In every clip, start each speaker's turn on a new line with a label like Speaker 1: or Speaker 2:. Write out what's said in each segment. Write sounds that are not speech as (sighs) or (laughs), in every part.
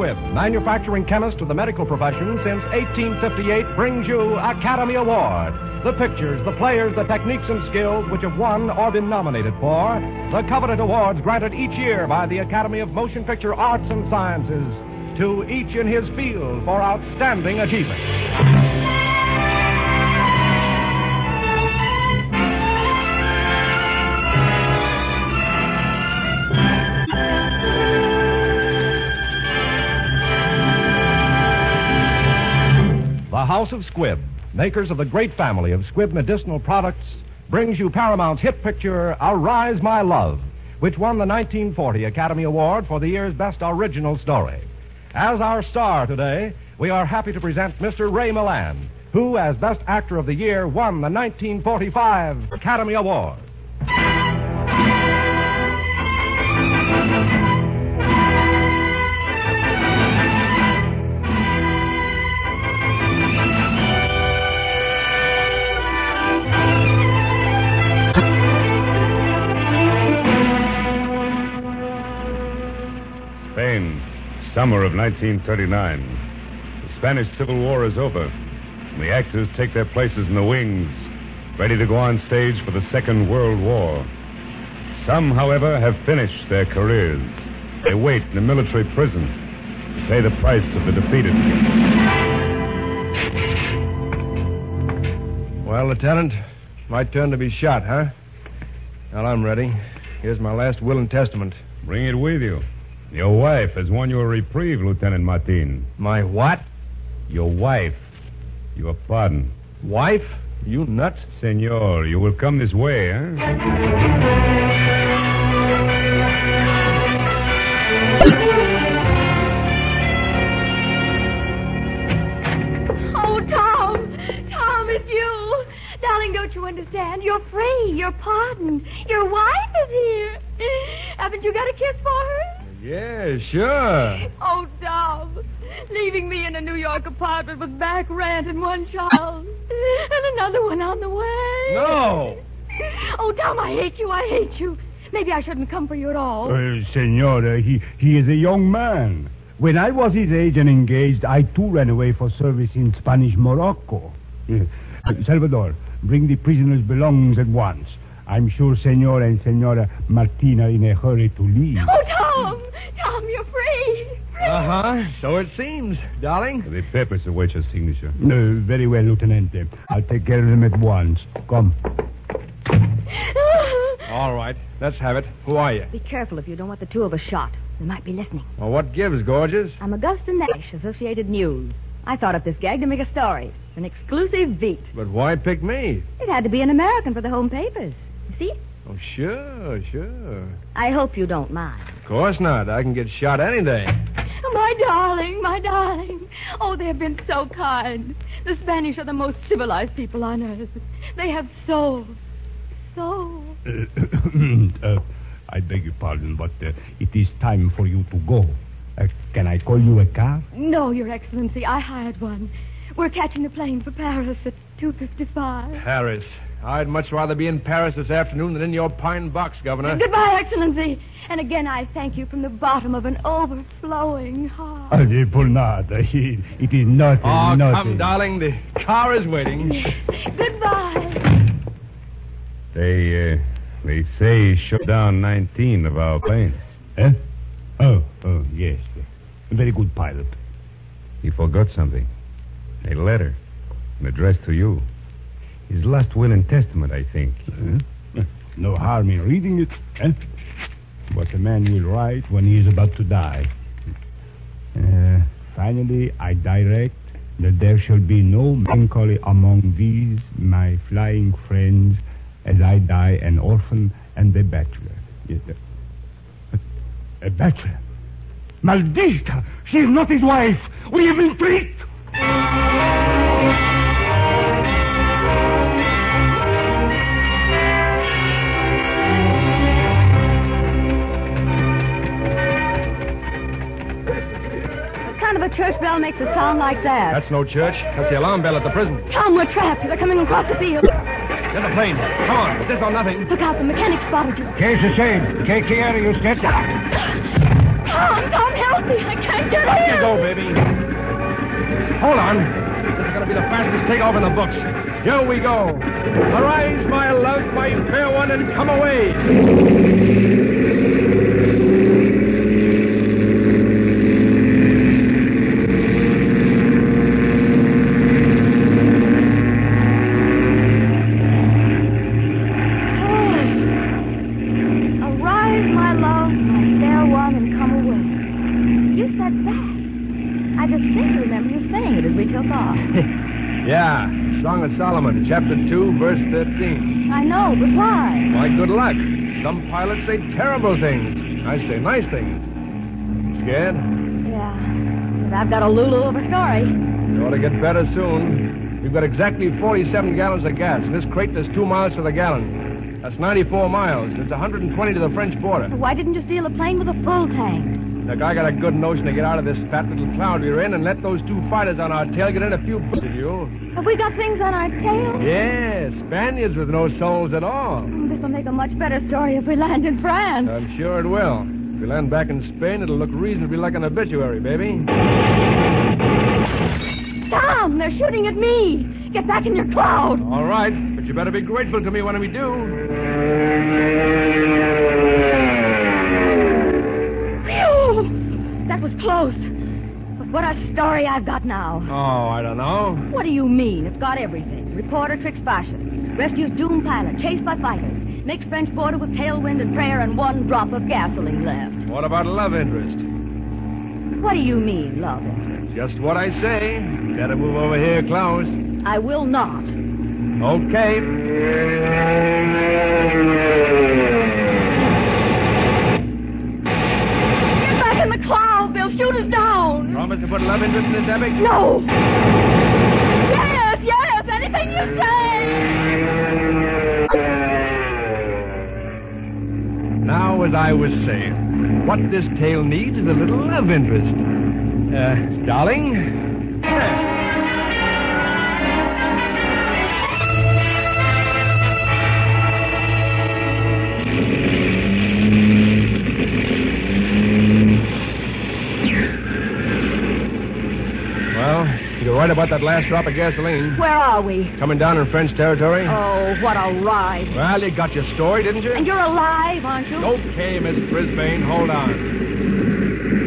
Speaker 1: manufacturing chemist to the medical profession since 1858, brings you Academy Award. The pictures, the players, the techniques and skills which have won or been nominated for the coveted awards granted each year by the Academy of Motion Picture Arts and Sciences to each in his field for outstanding achievement. The House of Squibb, makers of the great family of Squibb medicinal products, brings you Paramount's hit picture, Arise My Love, which won the 1940 Academy Award for the year's Best Original Story. As our star today, we are happy to present Mr. Ray Milland, who, as Best Actor of the Year, won the 1945 Academy Award.
Speaker 2: Spain, summer of 1939. The Spanish Civil War is over. and The actors take their places in the wings, ready to go on stage for the Second World War. Some, however, have finished their careers. They wait in a military prison to pay the price of the defeated.
Speaker 3: Well, Lieutenant, my turn to be shot, huh? Well, I'm ready. Here's my last will and testament.
Speaker 2: Bring it with you. Your wife has won you a reprieve, Lieutenant Martin.
Speaker 3: My what?
Speaker 2: Your wife. Your pardon.
Speaker 3: Wife? You nuts?
Speaker 2: Senor, you will come this way, eh?
Speaker 4: Oh, Tom! Tom, it's you! Darling, don't you understand? You're free. You're pardoned. Your wife is here. Haven't you got a kiss for her?
Speaker 3: Yeah, sure.
Speaker 4: Oh, Tom. Leaving me in a New York apartment with back rent and one child. And another one on the way.
Speaker 3: No.
Speaker 4: Oh, Tom, I hate you. I hate you. Maybe I shouldn't come for you at all.
Speaker 5: Well, Senora, he, he is a young man. When I was his age and engaged, I too ran away for service in Spanish Morocco. Eh, Salvador, bring the prisoner's belongings at once. I'm sure Senor and Senora Martina are in a hurry to leave.
Speaker 4: Oh, Tom! Tom, you're free. Free.
Speaker 3: Uh huh. So it seems, darling.
Speaker 2: The papers await your signature.
Speaker 5: No, (laughs) very well, Lieutenant. I'll take care of them at once. Come.
Speaker 3: All right, let's have it. Who are you?
Speaker 6: Be careful if you don't want the two of us shot. They might be listening.
Speaker 3: Well, what gives, gorgeous?
Speaker 6: I'm Augusta Nash, Associated News. I thought up this gag to make a story, an exclusive beat.
Speaker 3: But why pick me?
Speaker 6: It had to be an American for the home papers. You see?
Speaker 3: Oh, sure, sure.
Speaker 6: I hope you don't mind.
Speaker 3: Of course not. I can get shot any day.
Speaker 4: Oh, my darling, my darling. Oh, they have been so kind. The Spanish are the most civilized people on earth. They have souls. Souls.
Speaker 5: (coughs) uh, I beg your pardon, but uh, it is time for you to go. Uh, can I call you a car?
Speaker 4: No, Your Excellency, I hired one. We're catching a plane for Paris at 2.55.
Speaker 3: Paris. I'd much rather be in Paris this afternoon than in your pine box, Governor.
Speaker 4: Goodbye, Excellency. And again, I thank you from the bottom of an overflowing heart.
Speaker 5: Allez, pour nada. It is nothing,
Speaker 3: Oh, come,
Speaker 5: nothing.
Speaker 3: darling. The car is waiting.
Speaker 4: Goodbye.
Speaker 2: They, uh, they say he shut down 19 of our planes.
Speaker 5: Eh? Oh, oh, yes. Very good pilot.
Speaker 2: He forgot something. A letter. An address to you. His last will and testament, I think.
Speaker 5: Hmm? No harm in reading it. Eh? What a man will write when he is about to die. Uh, finally, I direct that there shall be no melancholy among these, my flying friends, as I die an orphan and a bachelor. Yes, uh, but a bachelor? Maldita! She is not his wife! We have been tricked!
Speaker 6: What kind of a church bell makes a sound like that?
Speaker 3: That's no church. That's the alarm bell at the prison.
Speaker 4: Tom, we're trapped. They're coming across the field.
Speaker 3: Get the plane. Come on. Is this or nothing?
Speaker 4: Look out, the mechanic spotted you.
Speaker 5: Case the same. Take care of you, Stetson.
Speaker 4: Tom,
Speaker 7: Oh, Tom, help me. I can't get
Speaker 8: Up
Speaker 7: in.
Speaker 8: you go, baby. Hold on. This is going to be the fastest takeoff in the books. Here we go. Arise, my love, my fair one, and come away.
Speaker 7: Arise, Oh. my love, my fair one, and come away. You said that. I distinctly remember you saying it as we took off.
Speaker 1: Yeah, Song of Solomon, chapter 2, verse 15.
Speaker 7: I know, but why?
Speaker 1: Why, good luck. Some pilots say terrible things. I say nice things. Scared?
Speaker 7: Yeah.
Speaker 4: But I've got a lulu of a story.
Speaker 1: You ought to get better soon. We've got exactly 47 gallons of gas. This crate does two miles to the gallon. That's 94 miles. It's 120 to the French border.
Speaker 4: Why didn't you steal a plane with a full tank?
Speaker 1: Look, I got a good notion to get out of this fat little cloud we're in and let those two fighters on our tail get in a few bullets of you.
Speaker 7: Have we got things on our tail? Hmm,
Speaker 1: Yeah, Spaniards with no souls at all.
Speaker 4: Oh, this will make a much better story if we land in France.
Speaker 1: I'm sure it will. If we land back in Spain, it'll look reasonably like an obituary, baby.
Speaker 7: Tom, they're shooting at me. Get back in your cloud.
Speaker 1: All right, but you better be grateful to me when we do.
Speaker 4: Phew! That was close. But what a story I've got now.
Speaker 1: Oh, I don't know.
Speaker 4: What do you mean? It's got everything. Reporter tricks fascists, rescues doomed pilot, chased by fighters, makes French border with tailwind and prayer and one drop of gasoline left.
Speaker 1: What about love interest?
Speaker 4: What do you mean, love?
Speaker 1: Just what I say. Better move over here, Klaus.
Speaker 4: I will not.
Speaker 1: Okay.
Speaker 7: Get back in the cloud. They'll shoot us down.
Speaker 1: Promise to put love interest in this epic?
Speaker 7: No. Yes, yes, anything you say.
Speaker 1: Now, as I was saying, what this tale needs is a little love interest. Uh, darling? Well, you're right about that last drop of gasoline.
Speaker 4: Where are we?
Speaker 1: Coming down in French territory?
Speaker 4: Oh, what a ride.
Speaker 1: Well, you got your story, didn't you?
Speaker 4: And you're alive, aren't you?
Speaker 1: Okay, Miss Brisbane, hold on.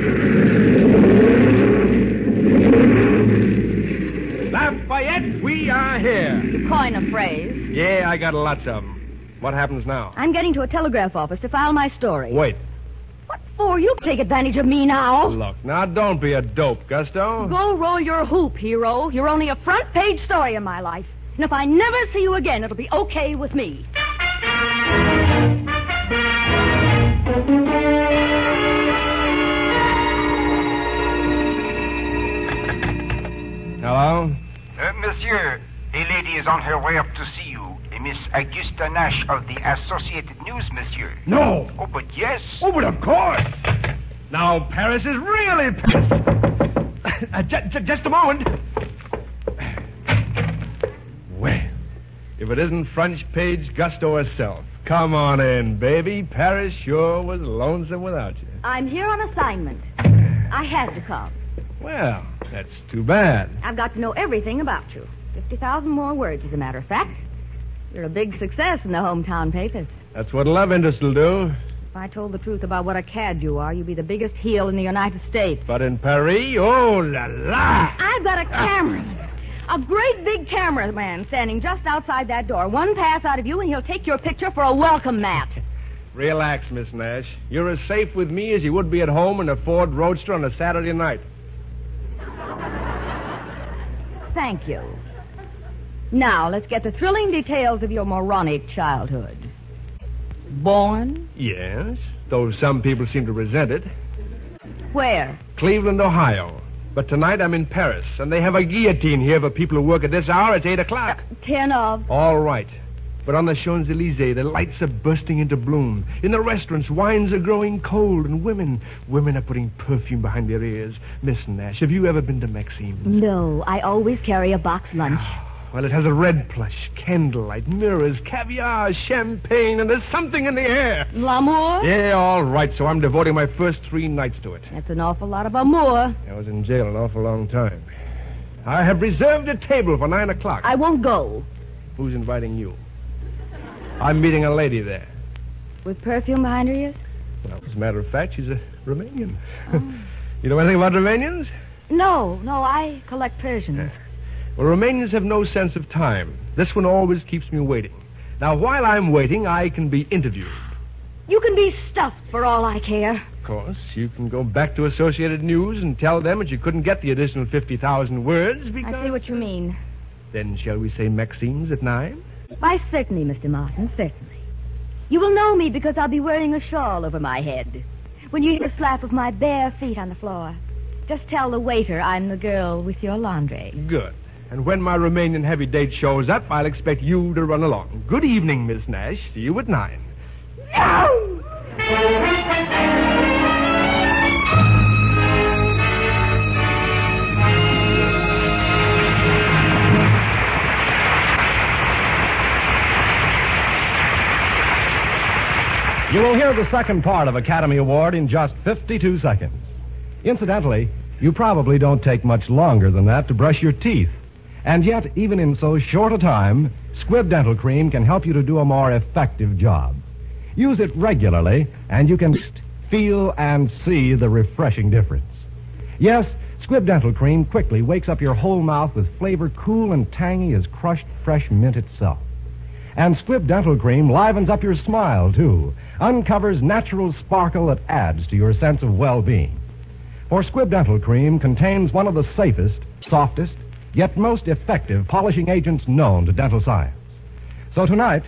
Speaker 1: Lafayette, we are here.
Speaker 4: To coin a phrase,
Speaker 1: Yeah, I got lots of them. What happens now?
Speaker 4: I'm getting to a telegraph office to file my story.
Speaker 1: Wait.
Speaker 4: What for? You take advantage of me now.
Speaker 1: Look, now don't be a dope, Gusto.
Speaker 4: Go roll your hoop, hero. You're only a front page story in my life. And if I never see you again, it'll be okay with me.
Speaker 1: Hello?
Speaker 9: Uh, monsieur, a lady is on her way up to see you. A Miss Augusta Nash of the Associated News, monsieur.
Speaker 1: No.
Speaker 9: Oh, but yes.
Speaker 1: Oh, but of course. Now, Paris is really Paris. (coughs) Uh, ju- ju- just a moment. Well, if it isn't French Page Gusto herself. Come on in, baby. Paris sure was lonesome without you.
Speaker 4: I'm here on assignment. I had to come.
Speaker 1: Well, that's too bad.
Speaker 4: I've got to know everything about you. 50,000 more words, as a matter of fact. You're a big success in the hometown papers.
Speaker 1: That's what love interest will do.
Speaker 4: If I told the truth about what a cad you are, you'd be the biggest heel in the United States.
Speaker 1: But in Paris, oh la la.
Speaker 4: I've got a camera. A great big cameraman standing just outside that door. One pass out of you, and he'll take your picture for a welcome mat.
Speaker 1: Relax, Miss Nash. You're as safe with me as you would be at home in a Ford Roadster on a Saturday night.
Speaker 4: Thank you. Now, let's get the thrilling details of your moronic childhood. Born?
Speaker 1: Yes, though some people seem to resent it.
Speaker 4: Where?
Speaker 1: Cleveland, Ohio. But tonight I'm in Paris, and they have a guillotine here for people who work at this hour. It's 8 o'clock.
Speaker 4: Ten of.
Speaker 1: All right. But on the Champs Elysees, the lights are bursting into bloom. In the restaurants, wines are growing cold, and women. Women are putting perfume behind their ears. Miss Nash, have you ever been to Maxime's?
Speaker 4: No, I always carry a box lunch.
Speaker 1: Well, it has a red plush, candlelight, mirrors, caviar, champagne, and there's something in the air.
Speaker 4: L'amour?
Speaker 1: Yeah, all right, so I'm devoting my first three nights to it.
Speaker 4: That's an awful lot of amour.
Speaker 1: I was in jail an awful long time. I have reserved a table for nine o'clock.
Speaker 4: I won't go.
Speaker 1: Who's inviting you? I'm meeting a lady there.
Speaker 4: With perfume behind her ears?
Speaker 1: Well, as a matter of fact, she's a Romanian.
Speaker 4: Oh.
Speaker 1: (laughs) you know anything about Romanians?
Speaker 4: No, no, I collect Persians.
Speaker 1: Well, Romanians have no sense of time. This one always keeps me waiting. Now, while I'm waiting, I can be interviewed.
Speaker 4: You can be stuffed for all I care.
Speaker 1: Of course, you can go back to Associated News and tell them that you couldn't get the additional 50,000 words because...
Speaker 4: I see what you mean.
Speaker 1: Then shall we say Maxime's at nine?
Speaker 4: Why, certainly, Mr. Martin, certainly. You will know me because I'll be wearing a shawl over my head. When you hear the slap of my bare feet on the floor, just tell the waiter I'm the girl with your laundry.
Speaker 1: Good. And when my Romanian heavy date shows up, I'll expect you to run along. Good evening, Miss Nash. See you at nine.
Speaker 7: No!
Speaker 8: You will hear the second part of Academy Award in just 52 seconds. Incidentally, you probably don't take much longer than that to brush your teeth. And yet, even in so short a time, Squib Dental Cream can help you to do a more effective job. Use it regularly, and you can feel and see the refreshing difference. Yes, Squib Dental Cream quickly wakes up your whole mouth with flavor cool and tangy as crushed fresh mint itself. And Squib Dental Cream livens up your smile, too, uncovers natural sparkle that adds to your sense of well being. For Squib Dental Cream contains one of the safest, softest, yet most effective polishing agents known to dental science. So tonight,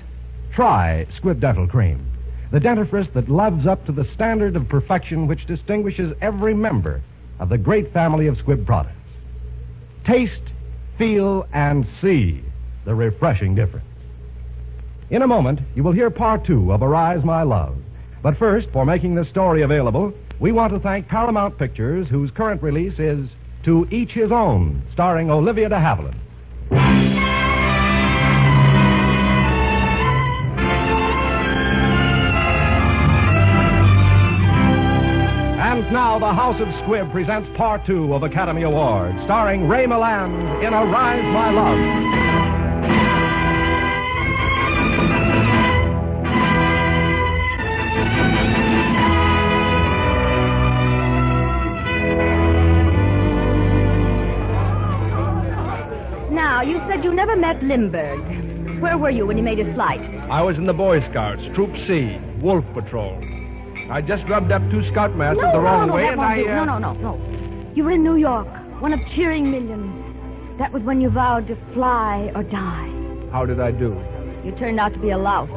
Speaker 8: try Squib Dental Cream, the dentifrice that loves up to the standard of perfection which distinguishes every member of the great family of Squib products. Taste, feel, and see the refreshing difference. In a moment, you will hear part two of Arise My Love. But first, for making this story available, we want to thank Paramount Pictures, whose current release is To Each His Own, starring Olivia de Havilland. And now, the House of Squib presents part two of Academy Awards, starring Ray Milland in Arise My Love.
Speaker 4: Now, you said you never met Lindbergh. Where were you when he made his flight?
Speaker 1: I was in the Boy Scouts, Troop C, Wolf Patrol. I just rubbed up two scoutmasters
Speaker 4: no,
Speaker 1: the wrong
Speaker 4: no, no,
Speaker 1: way,
Speaker 4: that
Speaker 1: and
Speaker 4: won't
Speaker 1: I.
Speaker 4: do.
Speaker 1: uh,
Speaker 4: No, no, no, no. You were in New York, one of cheering millions. That was when you vowed to fly or die.
Speaker 1: How did I do?
Speaker 4: You turned out to be a louse.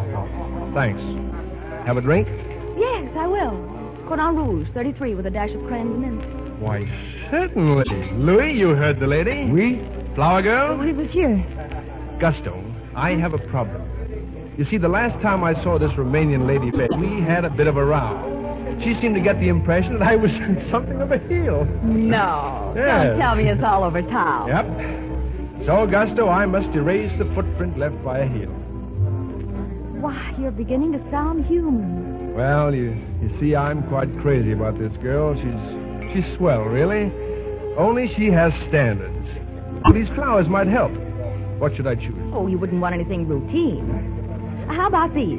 Speaker 1: Thanks. Have a drink?
Speaker 4: Yes, I will. Cordon Rouge, 33, with a dash of creme de menthe.
Speaker 1: Why, certainly. Louis, you heard the lady. We? Flower girl?
Speaker 4: it was here.
Speaker 1: Gusto, I have a problem. You see, the last time I saw this Romanian lady, Betty, we had a bit of a row. She seemed to get the impression that I was (laughs) something of a heel.
Speaker 4: No.
Speaker 1: Yes.
Speaker 4: Don't tell me it's all over town.
Speaker 1: Yep. So, Gusto, I must erase the footprint left by a heel.
Speaker 4: Why, you're beginning to sound human.
Speaker 1: Well, you, you see, I'm quite crazy about this girl. She's she's swell, really. Only she has standards. These flowers might help. What should I choose?
Speaker 4: Oh, you wouldn't want anything routine. How about these?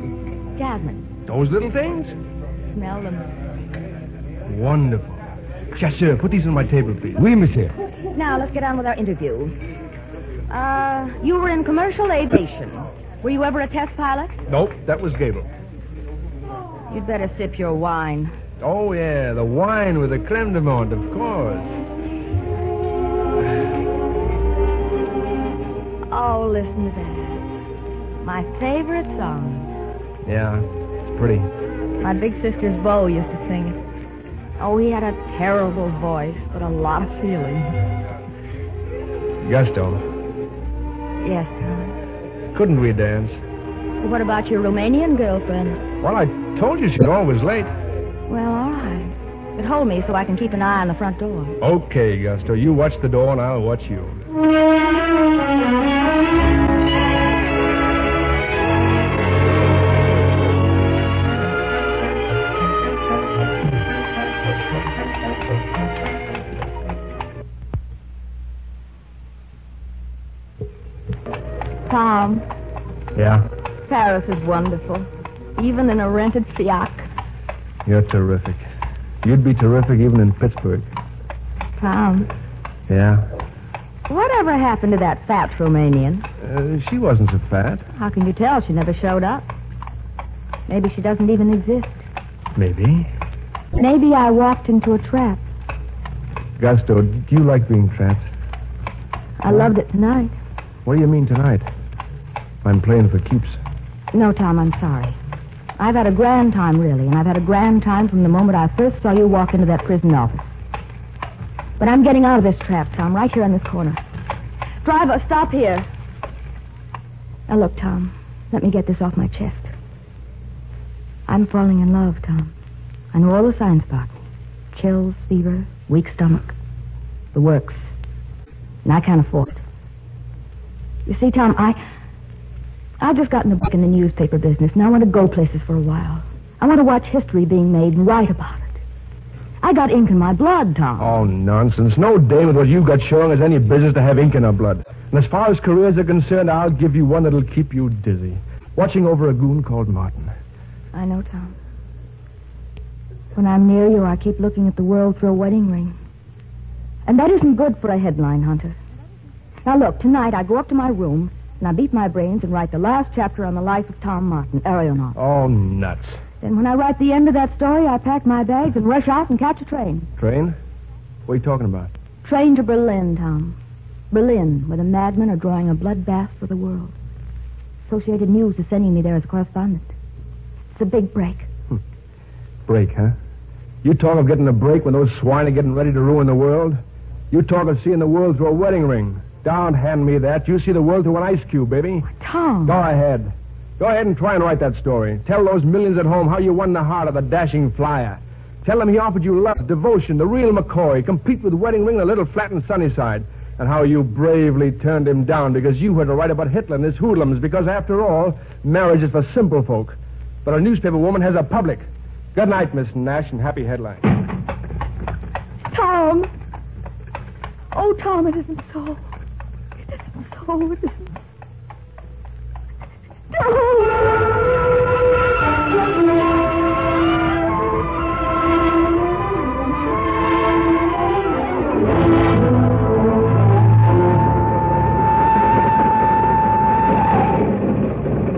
Speaker 4: Jasmine.
Speaker 1: Those little things?
Speaker 4: Smell them.
Speaker 1: Wonderful. Chasseur, put these on my table, please.
Speaker 5: Oui, monsieur.
Speaker 4: Now, let's get on with our interview. Uh, you were in commercial aviation. Were you ever a test pilot?
Speaker 1: Nope, that was Gable.
Speaker 4: You'd better sip your wine.
Speaker 1: Oh, yeah, the wine with the creme de menthe, of course.
Speaker 4: Oh, listen to that. My favorite song.
Speaker 1: Yeah, it's pretty.
Speaker 4: My big sister's beau used to sing it. Oh, he had a terrible voice, but a lot of feeling.
Speaker 1: Gusto,
Speaker 4: Yes, sir.
Speaker 1: couldn't we dance?
Speaker 4: What about your Romanian girlfriend?
Speaker 1: Well, I told you she's always late.
Speaker 4: Well, all right. But hold me so I can keep an eye on the front door.
Speaker 1: Okay, Gusto, you watch the door and I'll watch you.
Speaker 7: Thank you.
Speaker 1: Yeah?
Speaker 4: Paris is wonderful, even in a rented fiac.
Speaker 1: You're terrific. You'd be terrific even in Pittsburgh.
Speaker 4: Tom,
Speaker 1: Yeah?
Speaker 4: whatever happened to that fat Romanian?
Speaker 1: Uh, she wasn't so fat.
Speaker 4: How can you tell? She never showed up. Maybe she doesn't even exist.
Speaker 1: Maybe.
Speaker 4: Maybe I walked into a trap.
Speaker 1: Gusto, do you like being trapped?
Speaker 4: I loved it tonight.
Speaker 1: What do you mean tonight? I'm playing for keeps.
Speaker 4: No, Tom, I'm sorry. I've had a grand time, really, and I've had a grand time from the moment I first saw you walk into that prison office. But I'm getting out of this trap, Tom, right here in this corner. Driver, stop here. Now, look, Tom, let me get this off my chest. I'm falling in love, Tom. I know all the signs about me chills, fever, weak stomach, the works. And I can't afford it. You see, Tom, I. I've just gotten a book in the newspaper business, and I want to go places for a while. I want to watch history being made and write about it. I got ink in my blood, Tom.
Speaker 1: Oh, nonsense. No dame with what you've got showing has any business to have ink in her blood. And as far as careers are concerned, I'll give you one that'll keep you dizzy. Watching over a goon called Martin.
Speaker 4: I know, Tom. When I'm near you, I keep looking at the world through a wedding ring. And that isn't good for a headline hunter. Now, look, tonight I go up to my room, and I beat my brains and write the last chapter on the life of Tom Martin, Arionaut.
Speaker 1: Oh, nuts.
Speaker 4: Then when I write the end of that story, I pack my bags and rush out and catch a train.
Speaker 1: Train? What are you talking about?
Speaker 4: Train to Berlin, Tom. Berlin, where the madmen are drawing a bloodbath for the world. Associated News is sending me there as a correspondent. It's a big break.
Speaker 1: Break, huh? You talk of getting a break when those swine are getting ready to ruin the world? You talk of seeing the world through a wedding ring. Don't hand me that. You see the world through an ice cube, baby.
Speaker 4: Tom,
Speaker 1: Go ahead. Go ahead and try and write that story. Tell those millions at home how you won the heart of the dashing flyer. Tell them he offered you love, devotion, the real McCoy, complete with wedding ring, a little flat in Sunnyside, and how you bravely turned him down because you had to write about Hitler and his hoodlums, because after all, marriage is for simple folk. But a newspaper woman has a public. Good night, Miss Nash, and happy headlines.
Speaker 7: Tom. Oh, Tom, it isn't so. It isn't so. It isn't.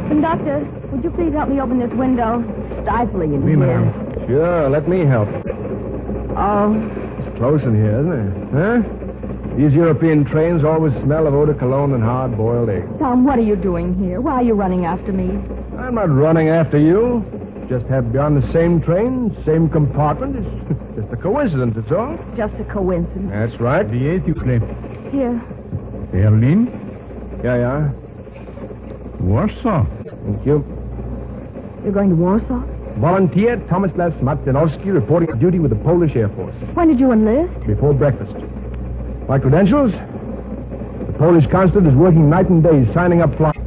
Speaker 4: conductor, would you please help me open this window? It's stifling in here.
Speaker 1: Sure, let me help.
Speaker 4: Oh,
Speaker 1: It's close in here, isn't it? Huh? These European trains always smell of eau de cologne and hard-boiled eggs.
Speaker 4: Tom, what are you doing here? Why are you running after me?
Speaker 1: I'm not running after you. Just have been on the same train, same compartment. It's (laughs) just a coincidence, that's all.
Speaker 4: Just a coincidence.
Speaker 1: That's right.
Speaker 5: The eighth claim.
Speaker 4: Here.
Speaker 5: Berlin,
Speaker 1: Yeah, yeah.
Speaker 5: Warsaw.
Speaker 1: Thank you.
Speaker 4: You're going to Warsaw?
Speaker 1: Volunteer Tomislav Martinowski reporting for duty with the Polish Air Force
Speaker 4: When did you enlist?
Speaker 1: before breakfast. My credentials? The Polish constant is working night and day, signing up flights.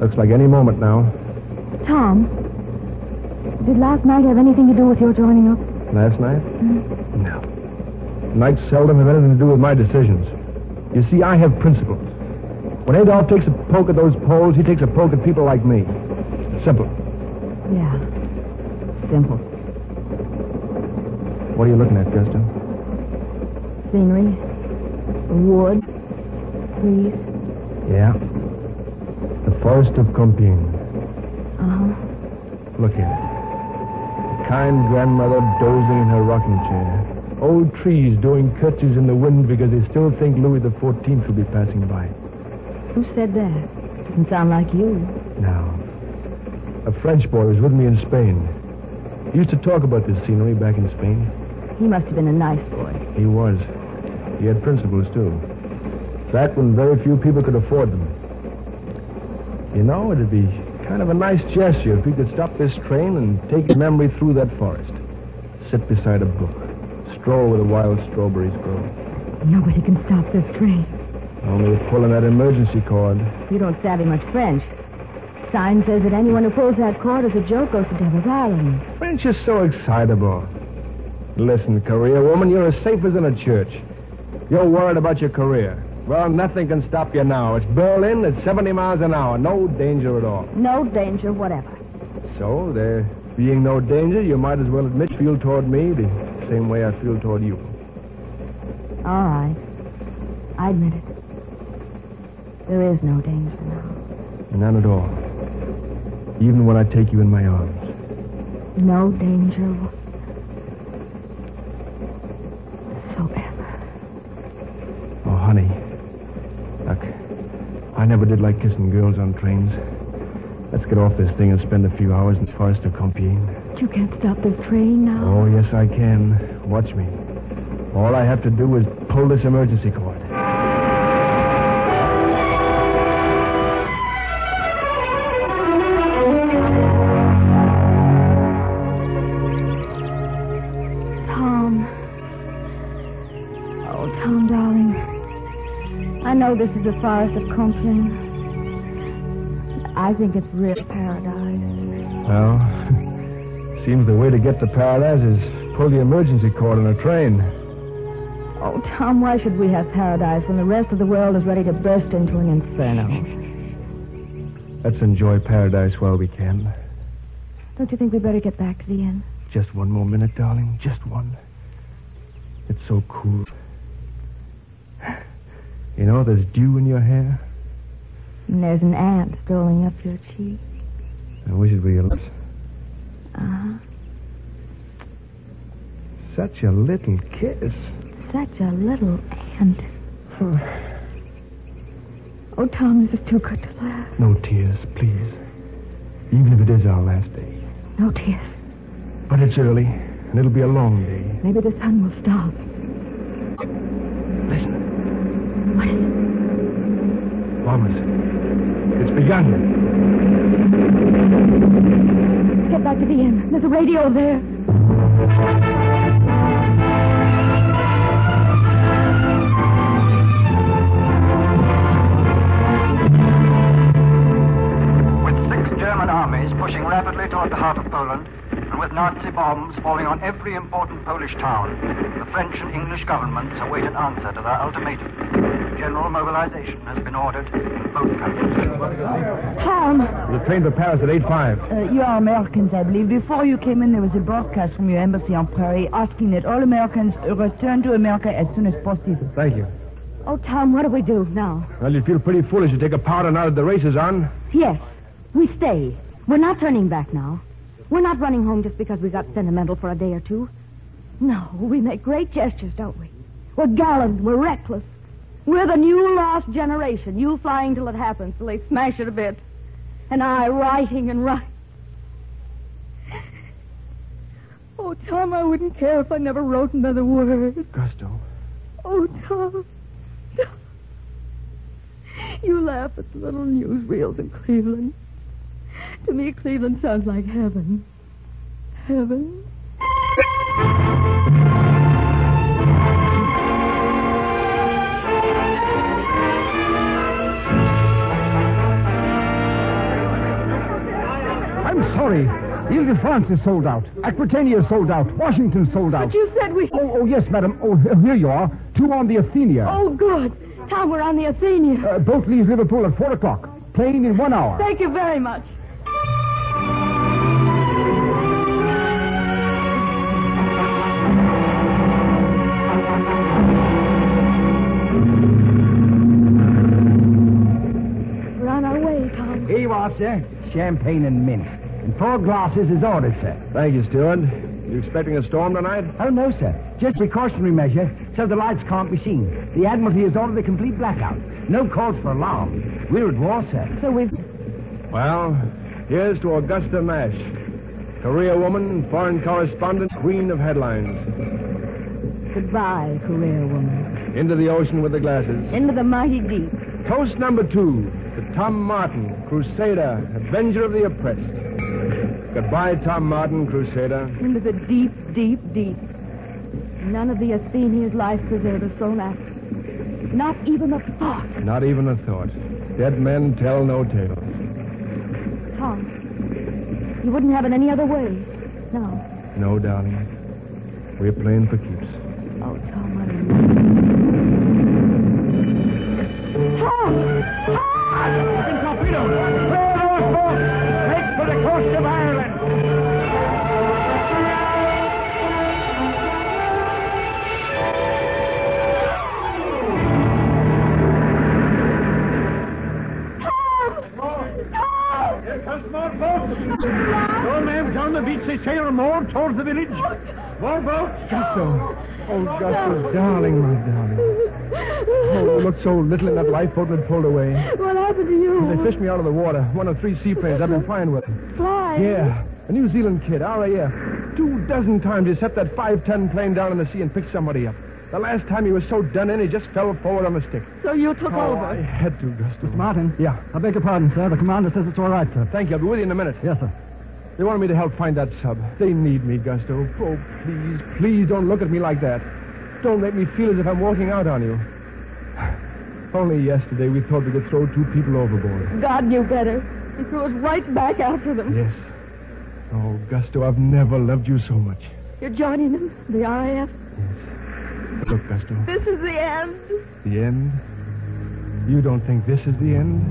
Speaker 1: Looks like any moment now.
Speaker 4: Tom, did last night have anything to do with your joining up?
Speaker 1: Last night? No. Nights seldom have anything to do with my decisions. You see, I have principles. When Adolf takes a poke at those Poles, he takes a poke at people like me. Simple.
Speaker 4: Yeah. Simple.
Speaker 1: What are you looking at, Gusto?
Speaker 4: Scenery. Wood. Trees.
Speaker 1: Yeah. The forest of Compiègne.
Speaker 4: Uh-huh.
Speaker 1: Look here. A kind grandmother dozing in her rocking chair. Old trees doing curtsies in the wind because they still think Louis XIV will be passing by.
Speaker 4: Who said that? Doesn't sound like you.
Speaker 1: Now, a French boy was with me in Spain. He used to talk about this scenery back in Spain.
Speaker 4: He must have been a nice boy.
Speaker 1: He was. He had principles, too. Back when very few people could afford them. You know, it'd be kind of a nice gesture if we could stop this train and take memory through that forest. Sit beside a brook. Stroll where the wild strawberries grow.
Speaker 4: Nobody can stop this train.
Speaker 1: Only pulling that emergency cord.
Speaker 4: You don't savvy much French. Sign says that anyone who pulls that cord as a joke goes to Devil's Island.
Speaker 1: French is so excitable. Listen, career woman, you're as safe as in a church. You're worried about your career. Well, nothing can stop you now. It's Berlin at 70 miles an hour. No danger at all.
Speaker 4: No danger whatever.
Speaker 1: So, there being no danger, you might as well admit you feel toward me the same way I feel toward you.
Speaker 4: All right. I admit it. There is no danger now.
Speaker 1: None at all. Even when I take you in my arms.
Speaker 4: No danger. So bad.
Speaker 1: Oh, honey. Look, I never did like kissing girls on trains. Let's get off this thing and spend a few hours in the forest of Compiègne.
Speaker 4: You can't stop this train now.
Speaker 1: Oh, yes, I can. Watch me. All I have to do is pull this emergency cord.
Speaker 4: Tom. Oh, Tom, darling. I know this is the forest of Compline. I think it's real paradise.
Speaker 1: Well, (laughs) seems the way to get to paradise is pull the emergency cord on a train.
Speaker 4: Oh, Tom, why should we have paradise when the rest of the world is ready to burst into an inferno?
Speaker 1: Let's enjoy paradise while we can.
Speaker 4: Don't you think we better get back to the inn?
Speaker 1: Just one more minute, darling. Just one. It's so cool. You know, there's dew in your hair.
Speaker 4: And there's an ant strolling up your cheek.
Speaker 1: I wish it were your lips.
Speaker 4: Uh-huh.
Speaker 1: Such a little kiss.
Speaker 4: Such a little ant. (sighs) Oh, Tom, this is too good to last.
Speaker 1: No tears, please. Even if it is our last day.
Speaker 4: No tears.
Speaker 1: But it's early, and it'll be a long day.
Speaker 4: Maybe the sun will stop.
Speaker 1: Listen,
Speaker 4: What is it?
Speaker 1: bombers. It's begun.
Speaker 4: Get back to the inn. There's a radio there.
Speaker 9: With six German armies pushing rapidly toward the heart of Poland, and with Nazi bombs falling on every important Polish town, the French and English governments await an answer to their ultimatum. General mobilization has been ordered in both countries.
Speaker 10: Tom,
Speaker 1: The train for Paris at 8.5.
Speaker 10: uh, you are Americans, I believe. Before you came in, there was a broadcast from your embassy on Prairie asking that all Americans return to America as soon as possible.
Speaker 1: Thank you.
Speaker 4: Oh, Tom, what do we do now?
Speaker 1: Well, you'd feel pretty foolish to take a powder now that the race is on.
Speaker 4: Yes, we stay. We're not turning back now. We're not running home just because we got sentimental for a day or two. No, we make great gestures, don't we? We're gallant, we're reckless. We're the new lost generation, you flying till it happens, till they smash it a bit. And I writing and writing. Oh, Tom, I wouldn't care if I never wrote another word.
Speaker 1: Gusto.
Speaker 4: Oh, Tom. Tom. You laugh at the little newsreels in Cleveland. To me, Cleveland sounds like heaven. Heaven?
Speaker 1: I'm sorry. Ile de France is sold out. Aquitania is sold out. Washington sold out.
Speaker 4: But you said we.
Speaker 1: Oh, oh, yes, madam. Oh, here you are. Two on the Athenia.
Speaker 4: Oh, good. Tom, we're on the
Speaker 11: Oh.
Speaker 4: Athenia.
Speaker 1: Uh, boat leaves Liverpool at 4 o'clock. Plane in one hour.
Speaker 4: Thank you very much. We're on our way, Tom.
Speaker 1: Here you are, sir. Champagne and mint. And four glasses is ordered, sir. Thank you, steward. You expecting a storm tonight?
Speaker 11: Oh, no, sir. Just precautionary measure, so the lights can't be seen. The Admiralty has ordered a complete blackout. No cause for alarm. We're at war, sir.
Speaker 4: So we've
Speaker 1: Well, here's to Augusta Nash, career woman, foreign correspondent, queen of headlines.
Speaker 4: Goodbye, career woman.
Speaker 1: Into the ocean with the glasses.
Speaker 4: Into the mighty deep.
Speaker 1: Toast number two to Tom Martin, crusader, avenger of the oppressed. Goodbye, Tom Martin, crusader.
Speaker 4: Into the deep, deep, deep. None of the Athenia's life preservers thrown after. Not even a thought.
Speaker 1: Not even a thought. Dead men tell no tales.
Speaker 4: Tom, you wouldn't have it any other way. No.
Speaker 1: No, darling. We're playing for keeps.
Speaker 4: Oh, Tom, I remember.
Speaker 11: Fucking torpedo! Throw those boats! Make for the coast of Ireland! Here comes more boats! Go, ma'am, down the beach. They sail more towards the village. More boats.
Speaker 1: Gusto. Oh, Gusto, darling, my darling. Oh, you looked so little in that lifeboat when pulled away.
Speaker 7: What happened to
Speaker 1: They
Speaker 7: you?
Speaker 1: fished me out of the water. One of three seaplanes I've been flying with.
Speaker 7: Fly.
Speaker 1: Yeah, a New Zealand kid, RAF. Two dozen times he set that 510 plane down in the sea and picked somebody up. The last time he was so done in, he just fell forward on the stick.
Speaker 7: So you took
Speaker 1: Oh, I
Speaker 7: over.
Speaker 1: had to, Gusto.
Speaker 11: Martin?
Speaker 1: Yeah.
Speaker 11: I beg your pardon, sir. The commander says it's all right, sir.
Speaker 1: Thank you. I'll be with you in a minute.
Speaker 11: Yes, sir.
Speaker 1: They wanted me to help find that sub. They need me, Gusto. Oh, please, please don't look at me like that. Don't make me feel as if I'm walking out on you. (sighs) Only yesterday we thought we could throw two people overboard.
Speaker 7: God knew better. He threw us right back after them.
Speaker 1: Yes. Oh, Gusto, I've never loved you so much.
Speaker 7: You're joining them, the RAF.
Speaker 1: Look, Gusto,
Speaker 7: This is the end.
Speaker 1: the end? You don't think this is the end?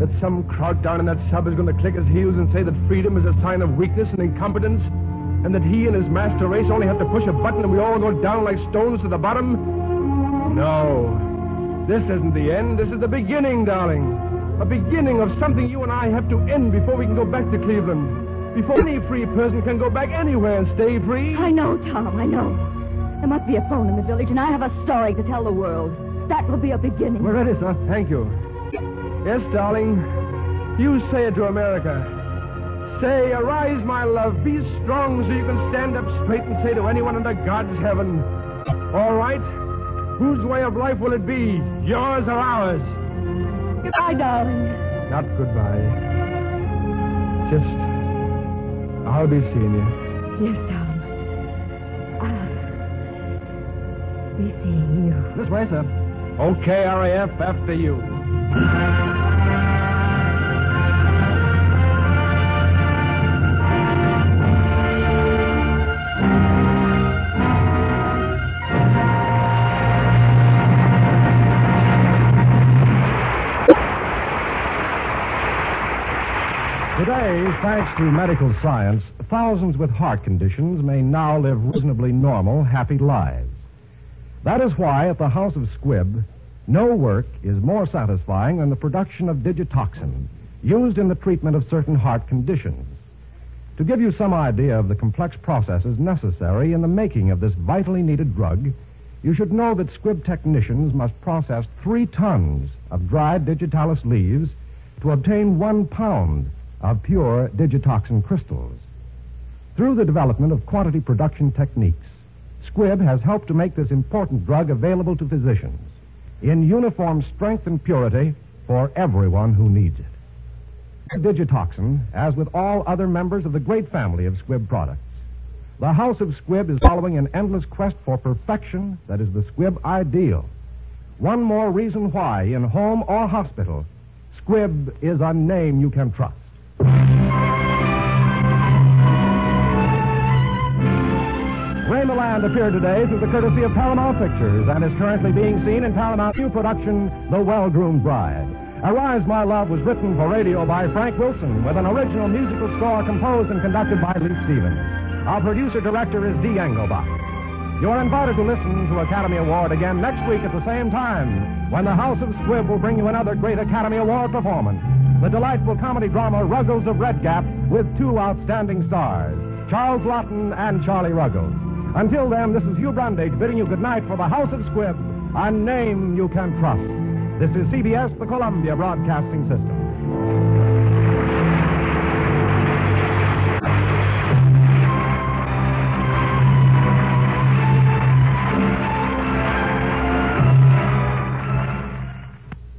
Speaker 1: That some crowd down in that sub is going to click his heels and say that freedom is a sign of weakness and incompetence? And that he and his master race only have to push a button and we all go down like stones to the bottom? No. This isn't the end. This is the beginning, darling. A beginning of something you and I have to end before we can go back to Cleveland. Before any free person can go back anywhere and stay free.
Speaker 4: I know, Tom, I know. There must be a phone in the village, and I have a story to tell the world. That will be a beginning.
Speaker 1: We're ready, sir. Thank you. Yes, darling. You say it to America. Say, arise, my love. Be strong so you can stand up straight and say to anyone under God's heaven, All right, whose way of life will it be? Yours or ours?
Speaker 7: Goodbye, darling.
Speaker 1: Not goodbye. Just, I'll be seeing you.
Speaker 4: Yes, Tom. I'll be seeing you.
Speaker 1: This way, sir. Okay, RAF, after you. Today, thanks to medical science, thousands with heart conditions may now live reasonably normal, happy lives. That is why at the House of Squibb, no work is more satisfying than the production of digitoxin, used in the treatment of certain heart conditions. To give you some idea of the complex processes necessary in the making of this vitally needed drug, you should know that Squibb technicians must process three tons of dried digitalis leaves to obtain one pound of pure digitoxin crystals. Through the development of quantity production techniques, Squibb has helped to make this important drug available to physicians in uniform strength and purity for everyone who needs it. Digitoxin, as with all other members of the great family of Squibb products, the House of Squibb is following an endless quest for perfection that is the Squibb ideal. One more reason why, in home or hospital, Squibb is a name you can trust. Ray Milland appeared today through the courtesy of Paramount Pictures and is currently being seen in Paramount's new production, The Well Groomed Bride. Arise, My Love was written for radio by Frank Wilson with an original musical score composed and conducted by Lee Stevens. Our producer director is Dee Engelbach. You are invited to listen to Academy Award again next week at the same time when the House of Squib will bring you another great Academy Award performance the delightful comedy drama Ruggles of Red Gap with two outstanding stars, Charles Lawton and Charlie Ruggles. Until then, this is Hugh Brundage bidding you good night for the House of Squib, a name you can trust. This is CBS, the Columbia Broadcasting System.